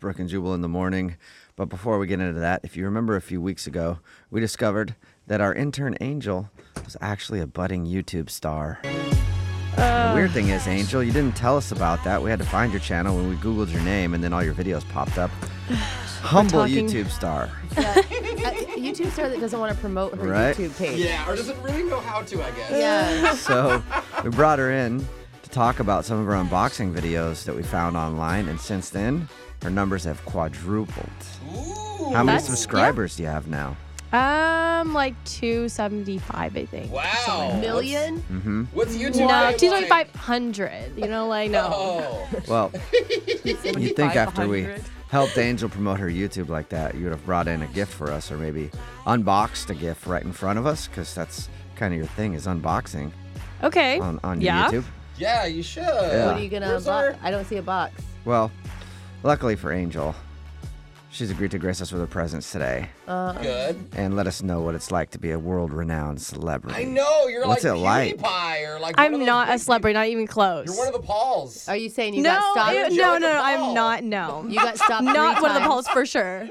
Brook and Jubal in the morning. But before we get into that, if you remember a few weeks ago, we discovered that our intern Angel was actually a budding YouTube star. Oh, the weird thing is, Angel, you didn't tell us about that. We had to find your channel when we Googled your name, and then all your videos popped up. Humble talking- YouTube star. Uh, a YouTube star that doesn't want to promote her Right. YouTube page. Yeah, or doesn't really know how to, I guess. Yeah. So we brought her in to talk about some of her unboxing videos that we found online, and since then, her numbers have quadrupled. Ooh. How many That's- subscribers do you have now? Um, like 275, I think. Wow. Million? Mm-hmm. What's YouTube? No, Family? 27500. You know, like, no. Oh. Well, you think after we helped Angel promote her YouTube like that, you would have brought in a gift for us, or maybe unboxed a gift right in front of us, because that's kind of your thing is unboxing Okay. on, on your yeah. YouTube. Yeah, you should. What Yeah. are you going to Where's our- box? I don't see a box. Well, luckily for Angel, she's agreed to grace us with her presence today. Uh-huh. Good. and let us know what it's like to be a world-renowned celebrity. I know you're What's like it like? PewDiePie or like. one of I'm those not a big- celebrity, not even close. You're one of the Pauls. Are you saying you no, got stopped? I- You're no, no, one of no, the I'm Pauls. not. No. You got stopped not three one of the times. polls for sure.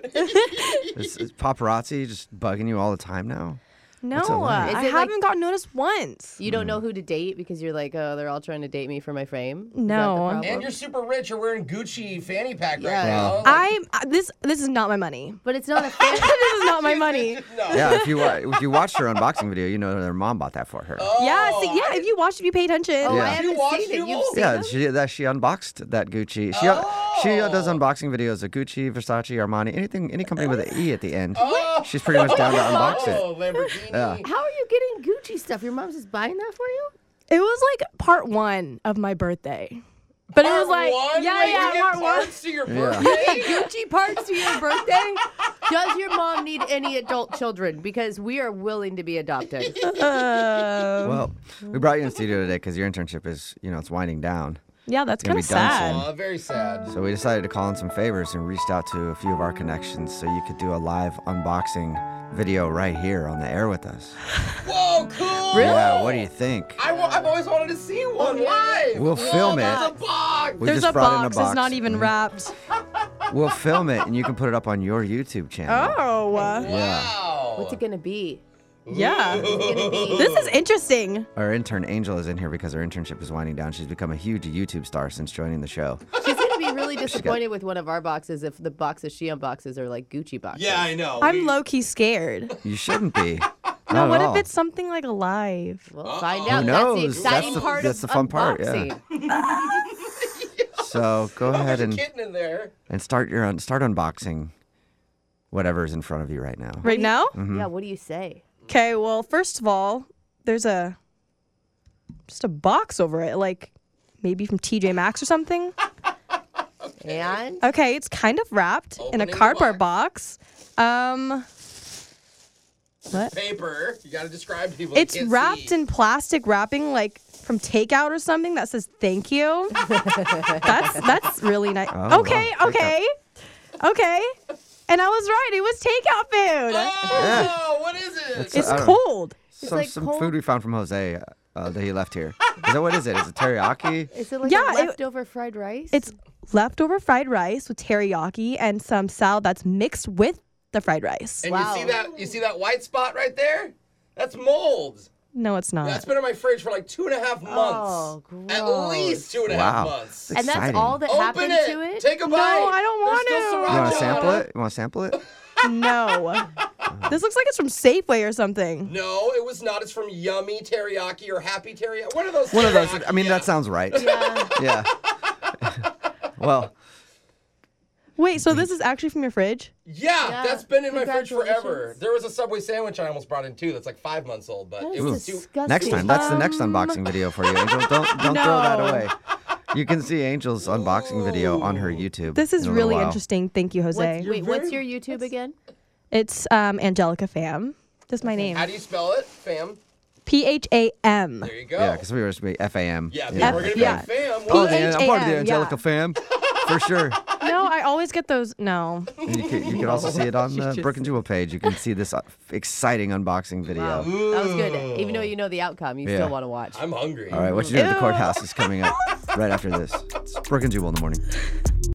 Is, is paparazzi just bugging you all the time now? No, What's it like? I Is it like- haven't gotten noticed once. You don't know who to date because you're like, oh, they're all trying to date me for my frame? Is that the No. problem? And you're super rich. You're wearing Gucci fanny pack Yeah. right now. Like, I uh, this this is not my money. but it's not a fan. this is not my money. no. Yeah, if you wa- if you watched her unboxing video, you know that her mom bought that for her. Yeah, Oh, see, yeah. If you watched, if you pay attention. Oh, Yeah. I haven't You watch seen it. Jewel? You've seen yeah, it. she that she unboxed that Gucci. She she uh, Oh. does unboxing videos of Gucci, Versace, Armani, anything, any company with an E at the end. Oh. She's pretty much down to unbox it. Oh, Lamborghini. How are you getting Gucci stuff? Your mom's just buying that for you? It was like part one of my birthday, but it was Part like one? yeah, Wait, you yeah, get part one. parts to your birthday. Gucci parts to your birthday? Does your mom need any adult children? Because we are willing to be adopted. Um, Well, we brought you in the studio today because your internship is, you know, it's winding down. yeah, that's Gonna be kind of done sad. soon. Aw, very sad. So we decided to call in some favors and reached out to a few of our connections so you could do a live unboxing video right here on the air with us. Whoa, cool. Yeah, what do you think? I w- I've always wanted to see one live. We'll film There's a it. box. We There's just a brought in box. a box. It's not even Mhm. wrapped. We'll film it and you can put it up on your YouTube channel. Oh, uh, Yeah. Wow. What's it going to be? yeah. It's going to be. This is interesting. Our intern Angel is in here because her internship is winding down. She's become a huge YouTube star since joining the show. She's gonna be really disappointed with one of our boxes if the boxes she unboxes are like Gucci boxes. Yeah, I know. I'm We- low key scared. You shouldn't be. Not Now, at what all. if it's something like alive? We'll find Who out. knows? That's the exciting That's the- part. that's of the fun part, yeah. unboxing. So go ahead There's a and, kitten in there. and start your un- start unboxing whatever's in front of you right now. Right now? Mm-hmm. Yeah. What do you say? Okay, well, first of all, there's a just a box over it, like maybe from TJ Maxx or something. And Okay, it's kind of wrapped in Opening a the cardboard box. Um What? Paper. You gotta describe to people. that It's can't wrapped see. in plastic wrapping like from takeout or something that says thank you. that's that's really nice. Oh, okay, wow, takeout. okay. Okay. And I was right, it was takeout food. Oh, what is it? It's I don't- cold. Some, like some cold- food we found from Jose uh, that he left here. Is that what is it? Is it teriyaki? is it like Yeah, a it- leftover fried rice? It's leftover fried rice with teriyaki and some salad that's mixed with the fried rice. And wow. you see that? You see that white spot right there? That's mold. No, it's That's not. been in my fridge for like two and a half months. Oh, At gross. least two and a half Wow. months. It's and that's exciting. all that Open happened it. to it. Take a bite. I don't want There's still to. sriracha You You want to on sample it? You want to sample it? No. this looks like it's from Safeway or something. No, it was not. It's from Yummy Teriyaki or Happy Teriyaki. One of those. One of those. teriyaki, I mean, yeah. that sounds right. Yeah. Yeah. well, Wait, so this is actually from your fridge? Yeah, Yeah, that's been in my fridge forever. congratulations. There was a Subway sandwich I almost brought in too. That's like five months old, but it was too. disgusting. next time. That's the next unboxing video for you, Angel. Don't don't throw that No. away. You can see Angel's unboxing video on her YouTube. This is in a little really while. interesting. Thank you, Jose. What's, wait, very- what's your YouTube again? It's um, Angelica Pham. That's my name. How do you spell it, fam? P H A M. There you go. Yeah, because we were just be FAM. Yeah, yeah. we're gonna be yeah. like, fam. Oh, What? the, I'm part of the H-A-M, Angelica yeah. fam for sure. No, I always get those. No. And you can, you can also see it on the Brook and Jewel page. You can see this uh, exciting unboxing video. That was good. Even though you know the outcome, you Yeah. still want to watch. I'm hungry. All right, what you do at the courthouse is coming up right after this. It's Brook and Jewel in the morning.